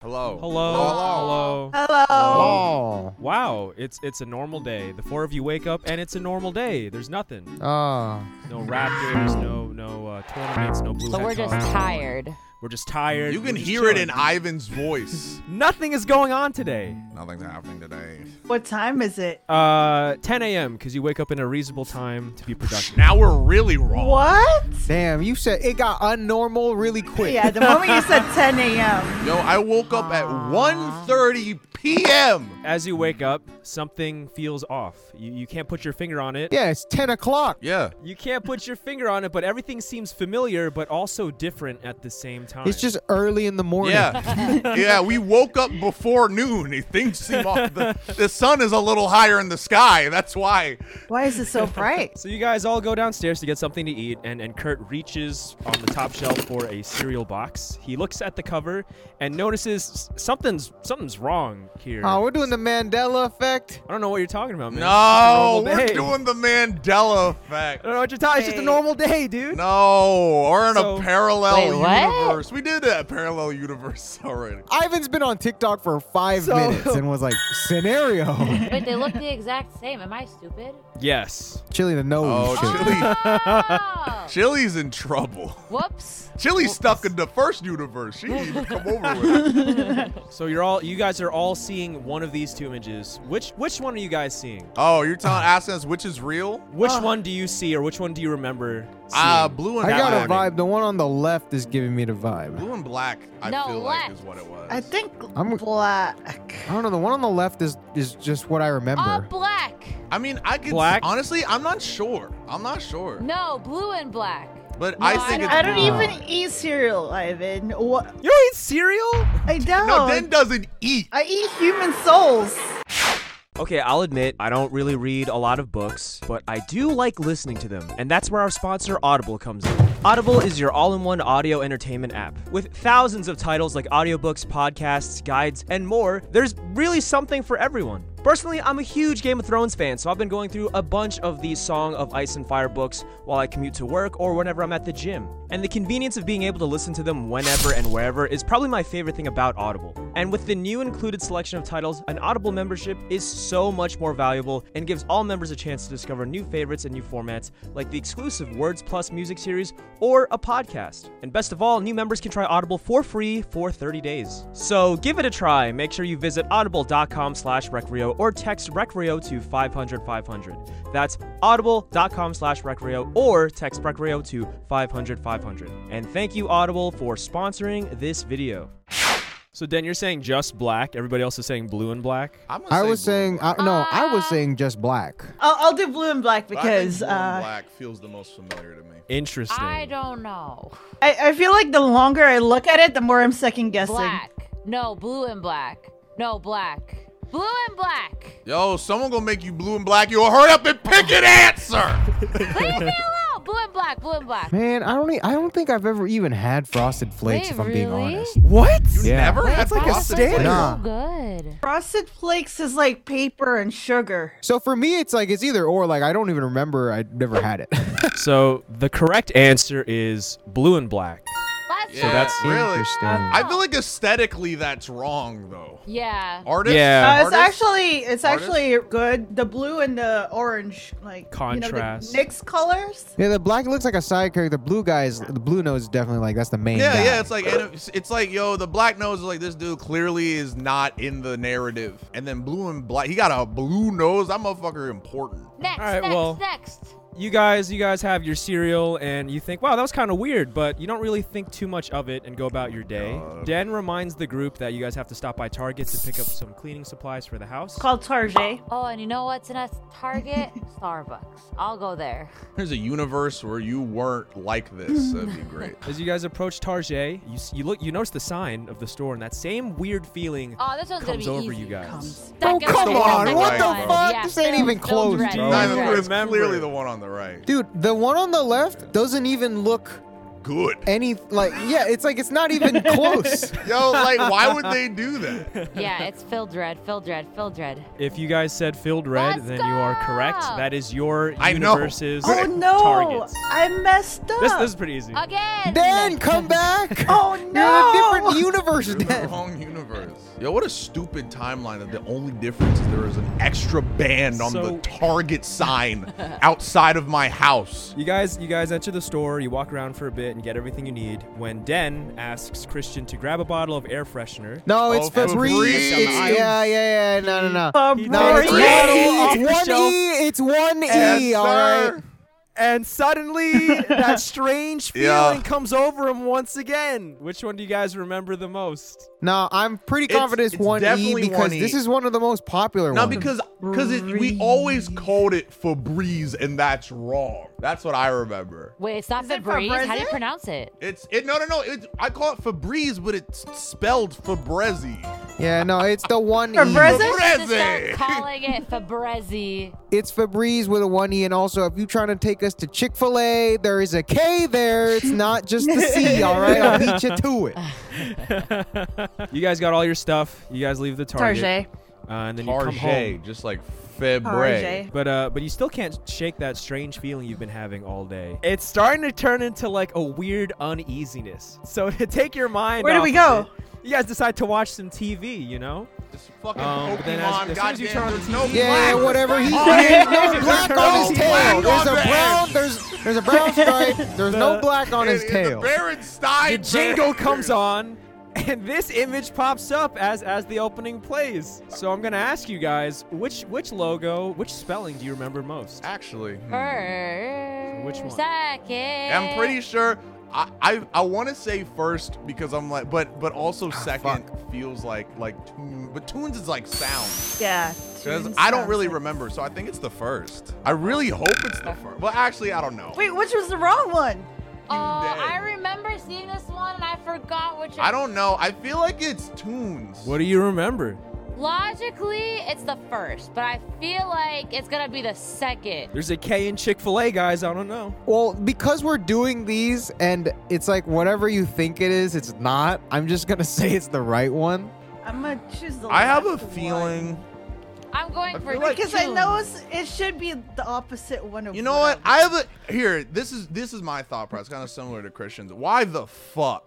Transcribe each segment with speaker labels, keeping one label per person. Speaker 1: Hello.
Speaker 2: Hello.
Speaker 1: Hello.
Speaker 2: Hello.
Speaker 3: Hello.
Speaker 4: Oh.
Speaker 2: Wow, it's it's a normal day. The four of you wake up and it's a normal day. There's nothing.
Speaker 4: Oh.
Speaker 2: No Raptors, no no uh, tournaments, no blue
Speaker 3: So we're just
Speaker 2: hedgehogs.
Speaker 3: tired.
Speaker 2: We're just tired.
Speaker 1: You can
Speaker 2: We're just
Speaker 1: hear it in
Speaker 2: chilling.
Speaker 1: Ivan's voice.
Speaker 2: Nothing is going on today.
Speaker 1: Nothing's happening today.
Speaker 3: What time is it?
Speaker 2: Uh, 10 a.m. because you wake up in a reasonable time to be productive.
Speaker 1: Now we're really wrong.
Speaker 3: What?
Speaker 4: Damn, you said it got unnormal really quick.
Speaker 3: Yeah, the moment you said 10 a.m.
Speaker 1: Yo, I woke up at 1:30 p.m.
Speaker 2: As you wake up, something feels off. You you can't put your finger on it.
Speaker 4: Yeah, it's 10 o'clock.
Speaker 1: Yeah.
Speaker 2: You can't put your finger on it, but everything seems familiar, but also different at the same time.
Speaker 4: It's just early in the morning.
Speaker 1: Yeah. yeah, we woke up before noon. Things seem off. The, the sun is a little higher in the sky. That's why.
Speaker 3: Why is it so bright?
Speaker 2: So you guys all go downstairs to get something to eat, and, and Kurt reaches on the top shelf for a cereal box. He looks at the cover and notices s- something's something's wrong here.
Speaker 4: Oh, we're doing the Mandela effect.
Speaker 2: I don't know what you're talking about, man.
Speaker 1: No,
Speaker 2: It's
Speaker 1: we're
Speaker 2: just a normal
Speaker 1: doing
Speaker 2: day.
Speaker 1: the Mandela effect.
Speaker 2: I don't know what you're talking. It's just a
Speaker 3: Hey.
Speaker 2: normal day, dude.
Speaker 1: No, or in
Speaker 2: So-
Speaker 1: a parallel
Speaker 3: Wait, what?
Speaker 1: universe. We did a parallel universe already.
Speaker 4: Ivan's been on TikTok for five
Speaker 2: So-
Speaker 4: minutes and was like, scenario.
Speaker 5: But they look the exact same. Am I stupid?
Speaker 2: Yes.
Speaker 4: Chili the
Speaker 1: Oh,
Speaker 4: nose.
Speaker 1: Chili.
Speaker 5: Oh!
Speaker 1: Chili's in trouble.
Speaker 5: Whoops.
Speaker 1: Chili's stuck in the first universe. She didn't even come over with it.
Speaker 2: So you're all you guys are all seeing one of these two images. Which which one are you guys seeing?
Speaker 1: Oh, you're telling asking us which is real?
Speaker 2: Which
Speaker 4: Uh,
Speaker 3: Ah.
Speaker 2: one do you see, or which one do you remember? Seeing?
Speaker 1: Ah, blue and
Speaker 4: I got a
Speaker 1: black.
Speaker 4: vibe. The one on the left is giving me the vibe.
Speaker 1: Blue and black, I
Speaker 5: No,
Speaker 1: feel like is
Speaker 5: left.
Speaker 1: what it was.
Speaker 3: I think
Speaker 4: I'm-
Speaker 3: black.
Speaker 4: I don't know. The one on the left is is just what I
Speaker 5: All
Speaker 4: remember.
Speaker 5: black.
Speaker 1: I mean, I could
Speaker 2: Black?
Speaker 1: honestly, I'm not sure. I'm not sure.
Speaker 5: No, blue and black.
Speaker 1: But
Speaker 5: No,
Speaker 1: I
Speaker 5: I
Speaker 1: think
Speaker 5: don't-
Speaker 1: it's
Speaker 3: I don't
Speaker 1: blue.
Speaker 3: even eat cereal, Ivan. What?
Speaker 2: you don't eat cereal.
Speaker 3: I don't.
Speaker 1: No, Den doesn't eat.
Speaker 3: I eat human souls.
Speaker 6: Okay, I'll admit, I don't really read a lot of books, but I do like listening to them, and that's where our sponsor Audible comes in. Audible is your all in one audio entertainment app. With thousands of titles like audiobooks, podcasts, guides, and more, there's really something for everyone. Personally, I'm a huge Game of Thrones fan, so I've been going through a bunch of these Song of Ice and Fire books while I commute to work or whenever I'm at the gym. And the convenience of being able to listen to them whenever and wherever is probably my favorite thing about Audible. And with the new included selection of titles, an Audible membership is so much more valuable and gives all members a chance to discover new favorites and new formats like the exclusive Words Plus music series or a podcast. And best of all, new members can try Audible for free for 30 days. So give it a try. Make sure you visit audible.com slash recreo or text recreo to 500 500. That's audible.com slash recreo or text recreo to 500 500. And thank you, Audible, for sponsoring this video.
Speaker 2: So Den, you're saying just black. Everybody else is saying blue and black.
Speaker 1: I'm gonna
Speaker 4: I
Speaker 1: say
Speaker 4: was
Speaker 1: blue and
Speaker 4: saying, I, no, I was saying just black.
Speaker 3: I'll, I'll do blue and black
Speaker 1: black. I think
Speaker 3: because
Speaker 1: blue and
Speaker 3: uh,
Speaker 1: black feels the most familiar to me.
Speaker 2: Interesting.
Speaker 5: I don't know.
Speaker 3: I, I feel like the longer I look at it, the more I'm second guessing.
Speaker 5: Black. No, blue and black. No, black. Blue and black.
Speaker 1: Yo, someone gonna make you blue and black. You'll hurry up and pick an answer.
Speaker 5: Leave me alone. Blue and black. Blue and black.
Speaker 4: Man, I don't. E- I don't think I've ever even had frosted flakes.
Speaker 5: Wait,
Speaker 4: if I'm being
Speaker 5: really?
Speaker 4: honest.
Speaker 2: what?
Speaker 4: Yeah.
Speaker 1: Never.
Speaker 5: Wait,
Speaker 1: had
Speaker 5: Frosted
Speaker 1: frosted
Speaker 5: Flakes
Speaker 1: flakes?
Speaker 5: is
Speaker 4: Nah.
Speaker 5: So good.
Speaker 3: Frosted Flakes is like paper and sugar.
Speaker 4: So for me, it's like it's either or. Like I don't even remember. I never had it.
Speaker 2: So the correct answer is blue and black.
Speaker 5: Let's
Speaker 1: Yeah,
Speaker 5: go.
Speaker 2: that's-
Speaker 1: really.
Speaker 4: Interesting.
Speaker 1: I feel like aesthetically that's wrong though.
Speaker 5: Yeah.
Speaker 1: Artist.
Speaker 2: Yeah.
Speaker 3: Uh, it's
Speaker 1: Artist?
Speaker 3: actually it's
Speaker 1: Artist?
Speaker 3: actually good. The blue and the orange like
Speaker 2: Contrast.
Speaker 3: You know, the mixed colors.
Speaker 4: yeah, the black looks like a side character. The blue guy is the blue nose is definitely like that's the main.
Speaker 1: Yeah,
Speaker 4: guy.
Speaker 1: yeah, it's like and it's, it's like yo, the black nose is like this dude clearly is not in the narrative, and then blue and black, he got a blue nose. That motherfucker important.
Speaker 5: Next.
Speaker 2: All right,
Speaker 5: next.
Speaker 2: well-
Speaker 5: Next.
Speaker 2: You guys, you guys have your cereal and you think, wow, that was kind of weird, but you don't really think too much of it and go about your day. Den reminds the group that you guys have to stop by Target to pick up some cleaning supplies for the house.
Speaker 3: Called Target.
Speaker 5: Oh, and you know what's in a Target? Starbucks. I'll go there.
Speaker 1: There's a universe where you weren't like this. That'd be great.
Speaker 2: As you guys approach Target, you, s- you look, you notice the sign of the store, and that same weird feeling
Speaker 5: Oh, this one's
Speaker 2: comes
Speaker 5: gonna be
Speaker 2: over
Speaker 5: easy.
Speaker 2: you guys.
Speaker 4: Oh,
Speaker 5: Second
Speaker 4: come
Speaker 5: one.
Speaker 4: on.
Speaker 1: Second
Speaker 4: What the
Speaker 1: one.
Speaker 4: fuck?
Speaker 5: Yeah,
Speaker 4: this ain't
Speaker 5: Phil-
Speaker 4: even
Speaker 5: Phil's
Speaker 4: close,
Speaker 5: right.
Speaker 4: dude.
Speaker 5: Phil's
Speaker 1: Neither
Speaker 5: right.
Speaker 1: it's
Speaker 2: remember.
Speaker 1: clearly the one on the right.
Speaker 4: Dude, the one on the left doesn't even look
Speaker 1: good.
Speaker 4: Any like yeah, it's like it's not even close.
Speaker 1: Yo, like, why would they do that?
Speaker 5: yeah, it's Phil Dread, Phil Dread, Phil Dread.
Speaker 2: If you guys said filled red,
Speaker 5: Let's
Speaker 2: then you are correct.
Speaker 5: go!
Speaker 2: That is your
Speaker 1: I know.
Speaker 2: universe's
Speaker 3: Oh no!
Speaker 2: targets.
Speaker 3: I messed up.
Speaker 2: This, this is pretty easy.
Speaker 5: Again.
Speaker 4: Dan, come back.
Speaker 3: oh no!
Speaker 4: You're in a different universe,
Speaker 1: You're in the
Speaker 4: Dan.
Speaker 1: wrong universe. Yo, what a stupid timeline that the only difference is there is an extra band on
Speaker 2: So-
Speaker 1: the target sign outside of my house.
Speaker 2: You guys, you guys enter the store, you walk around for a bit and get everything you need. When Den asks Christian to grab a bottle of air freshener,
Speaker 4: No, it's
Speaker 1: Oh, for
Speaker 4: Febreze.
Speaker 1: Febreze.
Speaker 4: It's yeah, yeah, yeah. No, no, no.
Speaker 3: Fabrice.
Speaker 4: No, it's
Speaker 1: Febreze.
Speaker 4: one-
Speaker 2: Off the
Speaker 4: it's one
Speaker 2: shelf.
Speaker 4: E. It's one E.
Speaker 1: Yes,
Speaker 4: all right.
Speaker 1: sir.
Speaker 2: and suddenly that strange
Speaker 1: Yeah.
Speaker 2: feeling comes over him once again. Which one do you guys remember the most?
Speaker 4: No, I'm pretty
Speaker 1: It's-
Speaker 4: confident it's,
Speaker 1: it's
Speaker 4: one E
Speaker 1: definitely
Speaker 4: because
Speaker 1: 1E.
Speaker 4: this is one of the most popular
Speaker 1: No,
Speaker 4: ones.
Speaker 1: because because it- we always called it Febreze, and that's wrong. That's what I remember.
Speaker 5: Wait, it's not
Speaker 3: Is it
Speaker 5: Febreze. How do you
Speaker 3: Febreze?
Speaker 5: pronounce it?
Speaker 1: It's it. No, no, no. It's I call it Febreze, but it's spelled Febreze.
Speaker 4: yeah, no, it's the one E.
Speaker 3: Febreze?
Speaker 5: Just
Speaker 1: Febreze.
Speaker 5: start calling it Febreze.
Speaker 4: It's Febreze with a one E, and also if you're trying to take us to Chick Fil A, there is a K there. It's not just the C. All right, I'll beat you to it.
Speaker 2: You guys got all your stuff. You guys leave the target,
Speaker 3: Tarjay.
Speaker 2: Uh, and then you come home.
Speaker 1: Tarjay, just like Febre.
Speaker 3: Tarjay.
Speaker 2: But uh, but you still can't shake that strange feeling you've been having all day. It's starting to turn into like a weird uneasiness. So to take your mind,
Speaker 3: Where do
Speaker 2: off
Speaker 3: we
Speaker 2: of
Speaker 3: go?
Speaker 2: it, you guys decide to watch some TV. You know.
Speaker 1: Just fucking
Speaker 2: Um, but then as-
Speaker 1: Pokemon.
Speaker 2: as soon as you
Speaker 1: goddamn,
Speaker 2: turn on
Speaker 1: there's
Speaker 2: the
Speaker 1: no
Speaker 2: TV
Speaker 4: Yeah,
Speaker 1: black.
Speaker 4: whatever he's
Speaker 1: Oh,
Speaker 4: saying.
Speaker 1: yeah.
Speaker 4: No black on his tail.
Speaker 1: Black on
Speaker 4: There's a
Speaker 1: the
Speaker 4: brown.
Speaker 1: end.
Speaker 4: There's there's a brown stripe. There's no black on his
Speaker 1: It is
Speaker 4: tail.
Speaker 1: The Berenstein.
Speaker 2: The jingle
Speaker 1: Bears.
Speaker 2: comes on, and this image pops up as as the opening plays. So I'm gonna ask you guys which which logo, which spelling do you remember most?
Speaker 1: Actually, hmm.
Speaker 2: Which one?
Speaker 5: Second.
Speaker 1: I'm pretty sure. I I, I want to say first because I'm like, but but also
Speaker 4: Ah,
Speaker 1: second feels like like tune, but tunes is like sound.
Speaker 3: Yeah.
Speaker 1: Because
Speaker 3: Tunes
Speaker 1: I don't
Speaker 3: sounds
Speaker 1: really
Speaker 3: like-
Speaker 1: remember, so I think it's the first. I really hope it's the first. Well, actually, I don't know.
Speaker 3: Wait, which was the wrong one?
Speaker 5: Oh,
Speaker 1: dead.
Speaker 5: I remember seeing this one and I forgot which.
Speaker 1: I don't know. I feel like it's tunes.
Speaker 2: What do you remember?
Speaker 5: Logically, it's the first, but I feel like it's gonna be the second.
Speaker 2: There's a K in Chick Fil A, guys. I don't know.
Speaker 4: Well, because we're doing these and it's like whatever you think it is, it's not. I'm just gonna say it's the right one.
Speaker 3: I'm gonna choose Oh, the.
Speaker 1: I have a
Speaker 3: left one.
Speaker 1: feeling.
Speaker 5: I'm going
Speaker 1: I
Speaker 5: for
Speaker 1: feel like-
Speaker 3: Because I
Speaker 5: June.
Speaker 3: know it's, it should be the opposite one of.
Speaker 1: You know what? I have a here. This is this is my thought process, kind of similar to Christian's. Why the fuck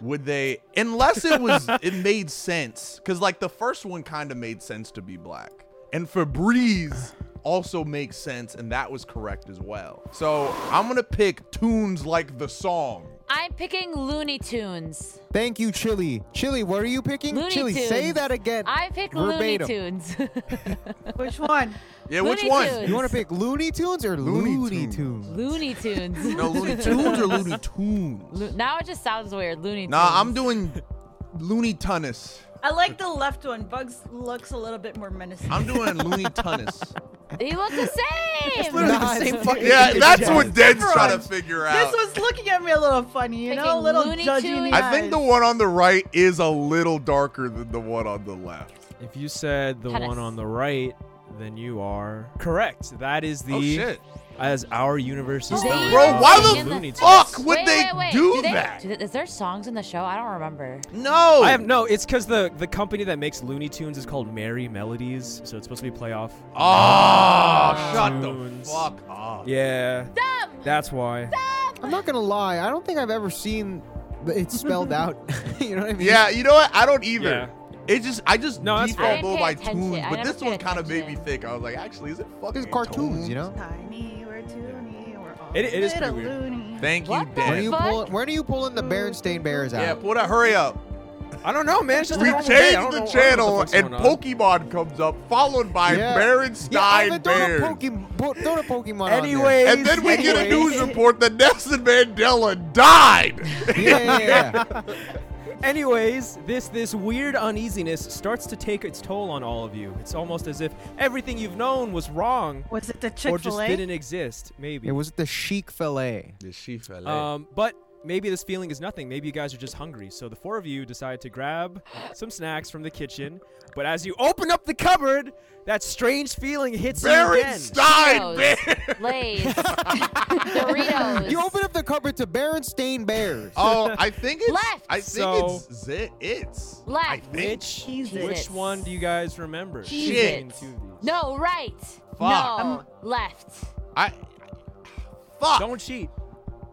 Speaker 1: would they? Unless it was it made sense, because like the first one kind of made sense to be black, and Febreze also makes sense, and that was correct as well. So I'm gonna pick tunes like the song.
Speaker 5: I'm picking Looney Tunes.
Speaker 4: Thank you, Chili. Chili, what are you picking?
Speaker 5: Looney
Speaker 4: Chili,
Speaker 5: Tunes.
Speaker 4: say that again.
Speaker 5: I pick
Speaker 4: verbatim.
Speaker 5: Looney Tunes.
Speaker 3: Which one?
Speaker 1: Yeah, which
Speaker 5: Looney
Speaker 1: one?
Speaker 5: Tunes.
Speaker 4: You want to pick Looney Tunes or
Speaker 1: Looney
Speaker 4: Looney,
Speaker 1: Tunes.
Speaker 4: Tunes?
Speaker 5: Looney Tunes.
Speaker 1: No, Looney Tunes or Looney Tunes?
Speaker 5: Lo- now it just sounds weird. Looney Tunes.
Speaker 1: Nah, I'm doing Looney Tunis.
Speaker 3: I like the left one. Bugs looks a little bit more menacing.
Speaker 1: I'm doing Looney Tunis.
Speaker 5: He looks the same.
Speaker 4: literally the same fucking
Speaker 1: Yeah, that's what Den's
Speaker 3: Everyone.
Speaker 1: trying to figure out.
Speaker 3: This was looking at me a little funny, you know, a
Speaker 5: Picking
Speaker 3: little
Speaker 5: Looney
Speaker 3: judgy. in
Speaker 5: Tunes.
Speaker 3: the
Speaker 1: I think the
Speaker 3: eyes.
Speaker 1: one on the right is a little darker than the one on the left.
Speaker 2: If you said the
Speaker 5: Tennis.
Speaker 2: one on the right, then you are correct. That is the
Speaker 1: oh shit!
Speaker 2: as our universe is
Speaker 5: Oh, They
Speaker 2: spelled.
Speaker 1: Bro,
Speaker 5: are
Speaker 1: why
Speaker 5: singing
Speaker 1: the
Speaker 2: Looney Tunes.
Speaker 1: fuck would
Speaker 5: wait,
Speaker 1: they
Speaker 5: wait, wait.
Speaker 1: do
Speaker 5: they-
Speaker 1: that?
Speaker 5: do they- is there songs in the show? I don't remember.
Speaker 1: No,
Speaker 2: I have no. It's because the the company that makes Looney Tunes is called Merry Melodies, so it's supposed to be playoff.
Speaker 1: Oh, shut the
Speaker 2: Tunes.
Speaker 1: fuck up.
Speaker 2: Yeah,
Speaker 5: Dumb.
Speaker 2: that's why.
Speaker 4: I'm not gonna lie. I don't think I've ever seen the- it spelled out. you know what I mean?
Speaker 1: Yeah, you know what? I don't either.
Speaker 2: Yeah.
Speaker 1: It just, I just
Speaker 2: No, that's
Speaker 5: fair. I
Speaker 1: default
Speaker 5: didn't
Speaker 1: go
Speaker 5: pay
Speaker 1: by
Speaker 5: attention.
Speaker 1: tunes,
Speaker 5: I
Speaker 1: but
Speaker 5: never
Speaker 1: this one
Speaker 5: paid
Speaker 1: kind of made me
Speaker 5: attention.
Speaker 1: think. I was like, actually, is it fucking
Speaker 4: There's cartoons, you know.
Speaker 3: Tiny, we're toony, we're all
Speaker 2: It- it is pretty
Speaker 3: little
Speaker 2: weird.
Speaker 3: loony.
Speaker 1: Thank you,
Speaker 5: What the
Speaker 4: When are
Speaker 1: Dan.
Speaker 4: you
Speaker 5: Fuck.
Speaker 4: pulling? When are you pulling the Berenstain Bears out?
Speaker 1: Yeah, pull that. Hurry up.
Speaker 2: I don't know, man. It's just a
Speaker 1: We
Speaker 2: normal day. I
Speaker 1: changed
Speaker 2: don't know-
Speaker 1: the
Speaker 2: I don't know
Speaker 1: channel
Speaker 2: what the fuck's
Speaker 1: and
Speaker 2: going on.
Speaker 1: Pokemon comes up, followed by
Speaker 4: Yeah.
Speaker 1: Berenstein
Speaker 4: Yeah, I've been throwing
Speaker 1: Bears.
Speaker 4: a Pokemon. po- throwing a Pokemon. on there.
Speaker 2: Anyways,
Speaker 1: And then we get a
Speaker 2: anyways.
Speaker 1: news report that Nelson Mandela died.
Speaker 4: Yeah, yeah, yeah, yeah.
Speaker 2: Anyways, this this weird uneasiness starts to take its toll on all of you. It's almost as if everything you've known was wrong
Speaker 3: Was it the
Speaker 2: or
Speaker 3: Chick
Speaker 2: just
Speaker 3: Fil A?
Speaker 2: didn't exist. Maybe
Speaker 4: it was the Chic Fillet.
Speaker 1: Is she fella?
Speaker 2: Um, but maybe this feeling is nothing. Maybe you guys are just hungry. So the four of you decide to grab some snacks from the kitchen. But as you open up the cupboard, that strange feeling hits you again.
Speaker 1: Baron Stein,
Speaker 5: Doritos,
Speaker 1: bitch.
Speaker 5: Lay's, Doritos.
Speaker 4: You open up the cupboard to Berenstain Bears.
Speaker 1: Oh, I think it's
Speaker 5: Left.
Speaker 1: I think
Speaker 2: So-
Speaker 1: it's zi- it's
Speaker 5: Left.
Speaker 1: I think.
Speaker 2: Which
Speaker 3: Jesus.
Speaker 2: which one do you guys remember?
Speaker 5: Shit.
Speaker 2: between two of these?
Speaker 5: No, right. No, left.
Speaker 1: I fuck.
Speaker 2: Don't cheat.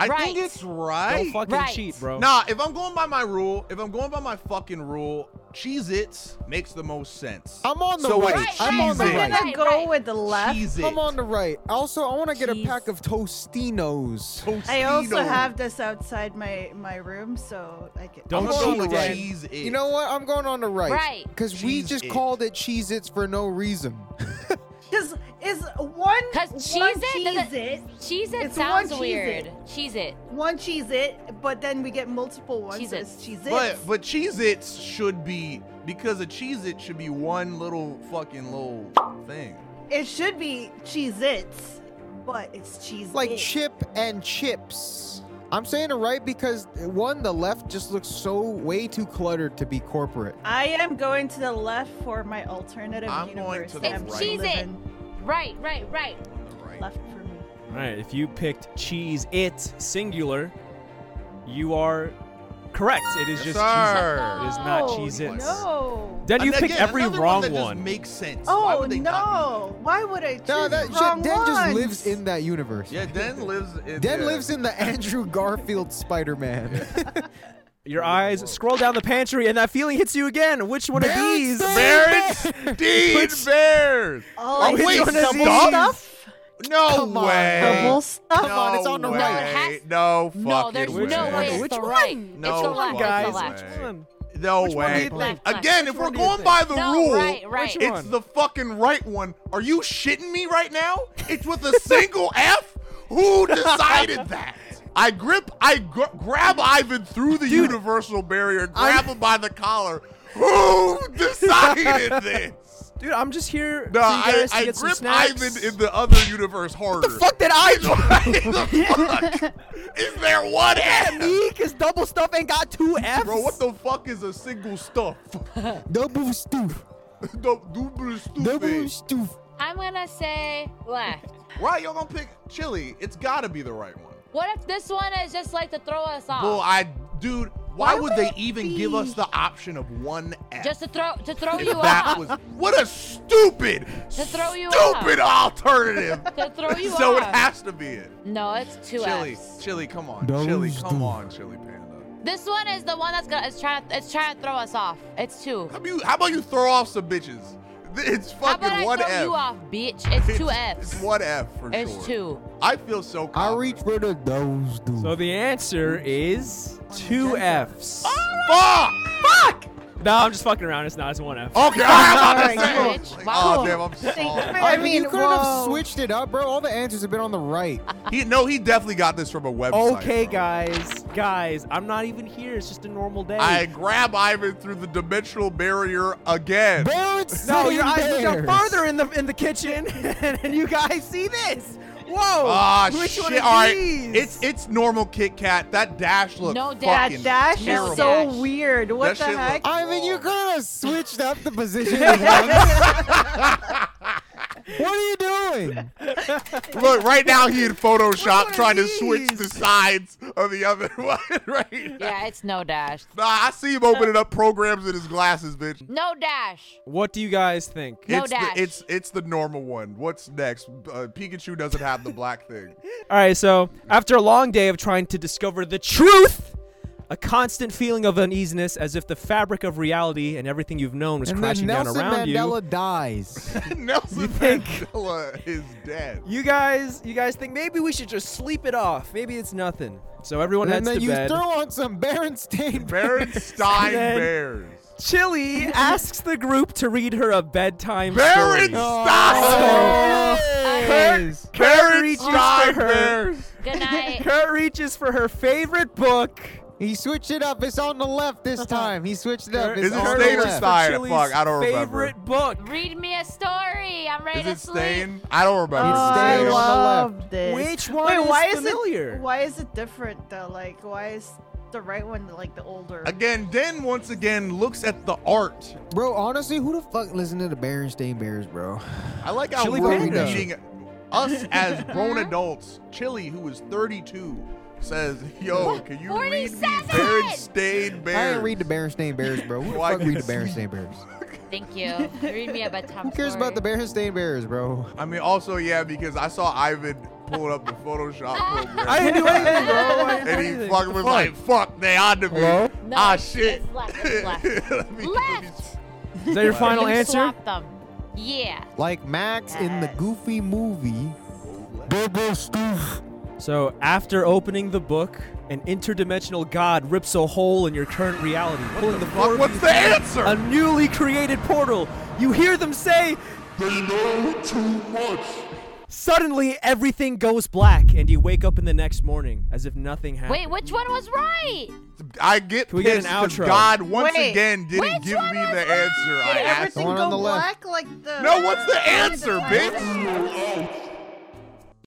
Speaker 1: I
Speaker 5: right.
Speaker 1: think it's right.
Speaker 2: Don't fucking
Speaker 5: Right.
Speaker 2: cheat, bro.
Speaker 1: Nah, if I'm going by my rule, if I'm going by my fucking rule, Cheez Its makes the most sense.
Speaker 4: I'm on the
Speaker 1: So wait,
Speaker 4: right.
Speaker 5: Right,
Speaker 4: I'm on the
Speaker 1: Cheez-It.
Speaker 4: right.
Speaker 3: I'm gonna
Speaker 5: Right,
Speaker 3: go
Speaker 5: right.
Speaker 3: with the left.
Speaker 1: Cheez It.
Speaker 4: I'm on the right. Also, I want to get a
Speaker 5: Cheese.
Speaker 4: pack of Tostinos.
Speaker 3: I also have this outside my my room, so I can.
Speaker 2: Don't
Speaker 1: I'm
Speaker 2: cheat,
Speaker 1: going with
Speaker 2: Dan.
Speaker 1: Cheez It.
Speaker 4: You know what? I'm going on the right.
Speaker 5: Right.
Speaker 4: Because we just
Speaker 1: Cheez-It.
Speaker 4: called it Cheez Its for no reason.
Speaker 3: Because is one
Speaker 5: Cause
Speaker 3: one
Speaker 5: cheese it,
Speaker 3: cheese it,
Speaker 5: cheese it
Speaker 3: It's
Speaker 5: sounds
Speaker 3: one Cheez-It.
Speaker 5: weird. Cheese it.
Speaker 3: one cheese it, but then we get multiple ones.
Speaker 5: Cheez-Its.
Speaker 3: as cheese it.
Speaker 1: But but Cheez Its should be because a Cheez It should be one little fucking little thing.
Speaker 3: it should be cheese it's, but it's cheese.
Speaker 4: Like
Speaker 3: it.
Speaker 4: chip and chips. I'm saying the right because one, the left just looks so way too cluttered to be corporate.
Speaker 3: I am going to the left for my alternative
Speaker 1: I'm going
Speaker 3: universe.
Speaker 1: to the
Speaker 3: I'm
Speaker 1: right.
Speaker 5: Cheese it.
Speaker 3: living
Speaker 5: Right, right, right.
Speaker 1: Right.
Speaker 3: Left for me.
Speaker 2: All right, if you picked cheese it singular, you are correct. It is
Speaker 1: Yes,
Speaker 2: just cheese.
Speaker 1: sir.
Speaker 2: It is not
Speaker 3: Oh,
Speaker 2: cheese its.
Speaker 3: No.
Speaker 2: Then you
Speaker 1: And
Speaker 2: picked
Speaker 1: again,
Speaker 2: every
Speaker 1: another
Speaker 2: wrong
Speaker 1: one.
Speaker 2: one.
Speaker 1: That just makes sense. Why
Speaker 3: Oh
Speaker 1: would they not
Speaker 3: no! Why would I choose
Speaker 4: No, that
Speaker 3: the
Speaker 4: shit,
Speaker 3: wrong
Speaker 4: Den just
Speaker 3: ones?
Speaker 4: lives in that universe.
Speaker 1: be- Yeah, Den lives in.
Speaker 4: Den
Speaker 1: yeah.
Speaker 4: lives in the Andrew Garfield Spider Man.
Speaker 2: Your eyes scroll down the pantry, and that feeling hits you again. Which one of these?
Speaker 1: Berenstain Bears.
Speaker 3: All
Speaker 1: Oh,
Speaker 3: I
Speaker 1: wait,
Speaker 3: see is
Speaker 1: double
Speaker 3: double
Speaker 1: stuff? No
Speaker 4: Come on,
Speaker 1: way.
Speaker 3: Double stuff.
Speaker 1: no
Speaker 4: on, it's on the
Speaker 1: way.
Speaker 4: right.
Speaker 5: No, it has-
Speaker 1: No fucking
Speaker 5: No, there's
Speaker 1: way.
Speaker 2: Which
Speaker 5: no
Speaker 2: one?
Speaker 5: way. It's
Speaker 2: Which
Speaker 5: the
Speaker 2: one?
Speaker 5: right.
Speaker 1: No
Speaker 5: it's the
Speaker 1: fucking
Speaker 5: left.
Speaker 2: guys.
Speaker 5: It's the
Speaker 1: way.
Speaker 5: left.
Speaker 2: Which one?
Speaker 1: No
Speaker 2: Which one do
Speaker 1: way.
Speaker 2: you think?
Speaker 1: Again,
Speaker 2: Which
Speaker 1: if we're
Speaker 2: one do you
Speaker 1: going
Speaker 2: think?
Speaker 1: by the
Speaker 5: No,
Speaker 1: rule,
Speaker 5: right, right.
Speaker 2: Which
Speaker 1: it's
Speaker 2: one?
Speaker 1: the fucking right one. Are you shitting me right now? It's with a single F? Who decided that? I grip, I gr- grab Ivan through the universal barrier, grab him by the collar. Who decided this?
Speaker 2: Dude, I'm just here
Speaker 1: No,
Speaker 2: for you
Speaker 1: I,
Speaker 2: guys to
Speaker 1: I
Speaker 2: get some
Speaker 1: grip
Speaker 2: snacks.
Speaker 1: Ivan in the other universe harder.
Speaker 2: the fuck did I do?
Speaker 1: the fuck? Is there one F?
Speaker 2: Me, cause double stuff ain't got two F's.
Speaker 1: Bro, what the fuck is a single stuff?
Speaker 4: Double stoof.
Speaker 1: Dou- Double
Speaker 4: Double
Speaker 1: stupid.
Speaker 4: stoof.
Speaker 5: I'm gonna say left.
Speaker 1: Why y'all gonna pick chili? It's gotta be the right one.
Speaker 5: What if this one is just like to throw us off?
Speaker 1: Well, I, dude, why,
Speaker 3: Why
Speaker 1: would
Speaker 3: would
Speaker 1: they
Speaker 3: it
Speaker 1: even
Speaker 3: be-
Speaker 1: give us the option of one F?
Speaker 5: just to throw to throw
Speaker 1: If
Speaker 5: you
Speaker 1: that
Speaker 5: off.
Speaker 1: was what a stupid,
Speaker 5: To throw you
Speaker 1: stupid alternative.
Speaker 5: to throw you
Speaker 1: so
Speaker 5: off.
Speaker 1: it has to be it.
Speaker 5: no, it's two
Speaker 1: Chili,
Speaker 5: Fs.
Speaker 1: chili, come on,
Speaker 4: Those
Speaker 1: chili, come
Speaker 4: do.
Speaker 1: on, chili panda.
Speaker 5: This one is the one that's gonna it's trying it's trying to throw us off. It's two.
Speaker 1: How about you? How about you throw off some bitches? It's
Speaker 5: How
Speaker 1: fucking
Speaker 5: about I
Speaker 1: one
Speaker 5: throw
Speaker 1: F.
Speaker 5: you off, bitch? It's two
Speaker 1: It's-
Speaker 5: Fs.
Speaker 1: It's one F for
Speaker 5: It's
Speaker 1: sure.
Speaker 5: two.
Speaker 1: I feel so.
Speaker 4: I
Speaker 1: Confident.
Speaker 4: reach for the double stoof.
Speaker 2: So the answer is two F's.
Speaker 1: Ah! Fuck.
Speaker 2: No, I'm just fucking around. It's not. It's one F.
Speaker 1: Okay, I'm about
Speaker 5: Alright,
Speaker 1: to say.
Speaker 5: cool.
Speaker 1: Like, oh
Speaker 5: Cool.
Speaker 1: damn, I'm sorry.
Speaker 4: I
Speaker 3: I
Speaker 4: mean,
Speaker 3: mean,
Speaker 4: you couldn't have
Speaker 3: whoa.
Speaker 4: switched it up, bro. All the answers have been on the right.
Speaker 1: He no, he definitely got this from a website.
Speaker 2: Okay,
Speaker 1: bro.
Speaker 2: guys, guys, I'm not even here. It's just a normal day.
Speaker 1: I grab Ivan through the dimensional barrier again.
Speaker 4: Barrett's
Speaker 2: no, your eyes
Speaker 4: bears.
Speaker 2: look out further in the in the kitchen, and you guys see this. Whoa!
Speaker 1: Ah,
Speaker 2: which
Speaker 1: shit.
Speaker 2: one
Speaker 1: All
Speaker 2: of
Speaker 1: right.
Speaker 2: these?
Speaker 1: It's it's normal Kit Kat. That dash look.
Speaker 5: No dash.
Speaker 1: fucking
Speaker 3: That dash
Speaker 1: terrible.
Speaker 3: is
Speaker 5: Dash.
Speaker 3: so weird. What
Speaker 1: That
Speaker 3: the
Speaker 1: shit look-
Speaker 3: heck?
Speaker 4: I mean, you could have switched up the position. of ones. what are you doing?
Speaker 1: Look, right now he in Photoshop
Speaker 2: are
Speaker 1: trying to
Speaker 2: these?
Speaker 1: switch the sides of the other one, right?
Speaker 5: Yeah, it's no dash.
Speaker 1: Nah, I see him opening up programs in his glasses, bitch.
Speaker 5: No dash.
Speaker 2: What do you guys think?
Speaker 5: No
Speaker 1: it's
Speaker 5: dash.
Speaker 1: The, it's it's the normal one. What's next? Uh, Pikachu doesn't have the black thing.
Speaker 2: All right, so after a long day of trying to discover the truth, a constant feeling of uneasiness as if the fabric of reality and everything you've known was
Speaker 4: And then
Speaker 2: crashing down
Speaker 4: Nelson
Speaker 2: around
Speaker 4: Mandela dies.
Speaker 1: Nelson
Speaker 2: think-
Speaker 1: Mandela is dead.
Speaker 2: you. You guys, you guys think maybe we should just sleep it off. Maybe it's nothing. So everyone
Speaker 4: and
Speaker 2: heads
Speaker 4: then
Speaker 2: to
Speaker 4: you
Speaker 2: bed.
Speaker 4: throw on some Berenstain.
Speaker 1: Berenstein
Speaker 2: Then-
Speaker 1: Bears.
Speaker 2: Chili asks the group to read her a bedtime story.
Speaker 1: Berenstein.
Speaker 5: Oh.
Speaker 4: Bears.
Speaker 2: Kurt reaches for
Speaker 1: Berenstein
Speaker 2: her.
Speaker 1: Bears.
Speaker 5: Good night.
Speaker 2: Kurt reaches for her favorite book,
Speaker 4: He switched it up. It's on the left this time. He switched it up.
Speaker 2: Kurt-
Speaker 4: It's
Speaker 1: Is it
Speaker 4: on the
Speaker 1: staying or
Speaker 4: left.
Speaker 1: stop? side?
Speaker 2: Chili's
Speaker 1: Fuck, I don't remember.
Speaker 2: favorite book.
Speaker 5: Read me a story. I'm ready
Speaker 1: Is
Speaker 5: to
Speaker 1: it
Speaker 5: sleep.
Speaker 1: staying? I don't remember.
Speaker 4: It's
Speaker 3: Oh,
Speaker 4: staying
Speaker 3: I
Speaker 4: on the left.
Speaker 3: love this.
Speaker 2: Which one is familiar?
Speaker 3: It, why is it different though? Like, why is the right one like the older?
Speaker 1: Again, Den once again looks at the art.
Speaker 4: Bro, honestly, who the fuck listened to the Berenstain Bears, bro?
Speaker 1: I like how
Speaker 4: Chili
Speaker 1: we're
Speaker 4: Panda.
Speaker 1: reading us as grown adults. Chili, who is 32, says, "Yo, can you read me
Speaker 5: 47?
Speaker 1: Berenstain Bears?"
Speaker 4: I didn't read the Berenstain Bears, bro. Who the
Speaker 1: Why
Speaker 4: fuck read
Speaker 1: did
Speaker 4: the
Speaker 1: you-
Speaker 4: Berenstain Bears?
Speaker 5: Thank you. Read me a bedtime
Speaker 4: Who cares
Speaker 5: story.
Speaker 4: about the Berenstain Bears, bro?
Speaker 1: I mean, also yeah, because I saw Ivan pulling up the Photoshop program.
Speaker 2: I didn't do anything, bro. I didn't do
Speaker 1: and he
Speaker 2: anything.
Speaker 1: fucking was like, "Fuck, they on to me."
Speaker 4: Hello?
Speaker 5: No,
Speaker 1: ah,
Speaker 5: it's-
Speaker 1: shit.
Speaker 5: it's left, it's left.
Speaker 1: Let me- let me-
Speaker 5: Left.
Speaker 2: Is that your final
Speaker 5: You
Speaker 2: answer?
Speaker 5: Swap them. Yeah.
Speaker 4: Like Max in the
Speaker 3: Yes.
Speaker 4: Goofy movie. Bobo Stoof.
Speaker 2: So, after opening the book, an interdimensional god rips a hole in your current reality, pulling the four
Speaker 1: Fuck,
Speaker 2: of
Speaker 1: what's
Speaker 2: you
Speaker 1: the
Speaker 2: through
Speaker 1: answer?
Speaker 2: A newly created portal. You hear them say,
Speaker 1: They know too much.
Speaker 2: Suddenly, everything goes black, and you wake up in the next morning as if nothing happened.
Speaker 5: Wait, which one was right?
Speaker 1: I get
Speaker 2: Can we get an
Speaker 1: pissed 'cause
Speaker 2: outro?
Speaker 1: God once
Speaker 3: Wait,
Speaker 1: again didn't
Speaker 5: which
Speaker 1: give
Speaker 5: one
Speaker 1: me
Speaker 5: was
Speaker 1: the
Speaker 5: right?
Speaker 1: answer I
Speaker 3: Did
Speaker 1: asked.
Speaker 3: everything
Speaker 4: One
Speaker 3: go
Speaker 4: on the left.
Speaker 3: black like the?
Speaker 1: No, what's the
Speaker 3: Yeah,
Speaker 1: answer,
Speaker 3: the-
Speaker 1: bitch?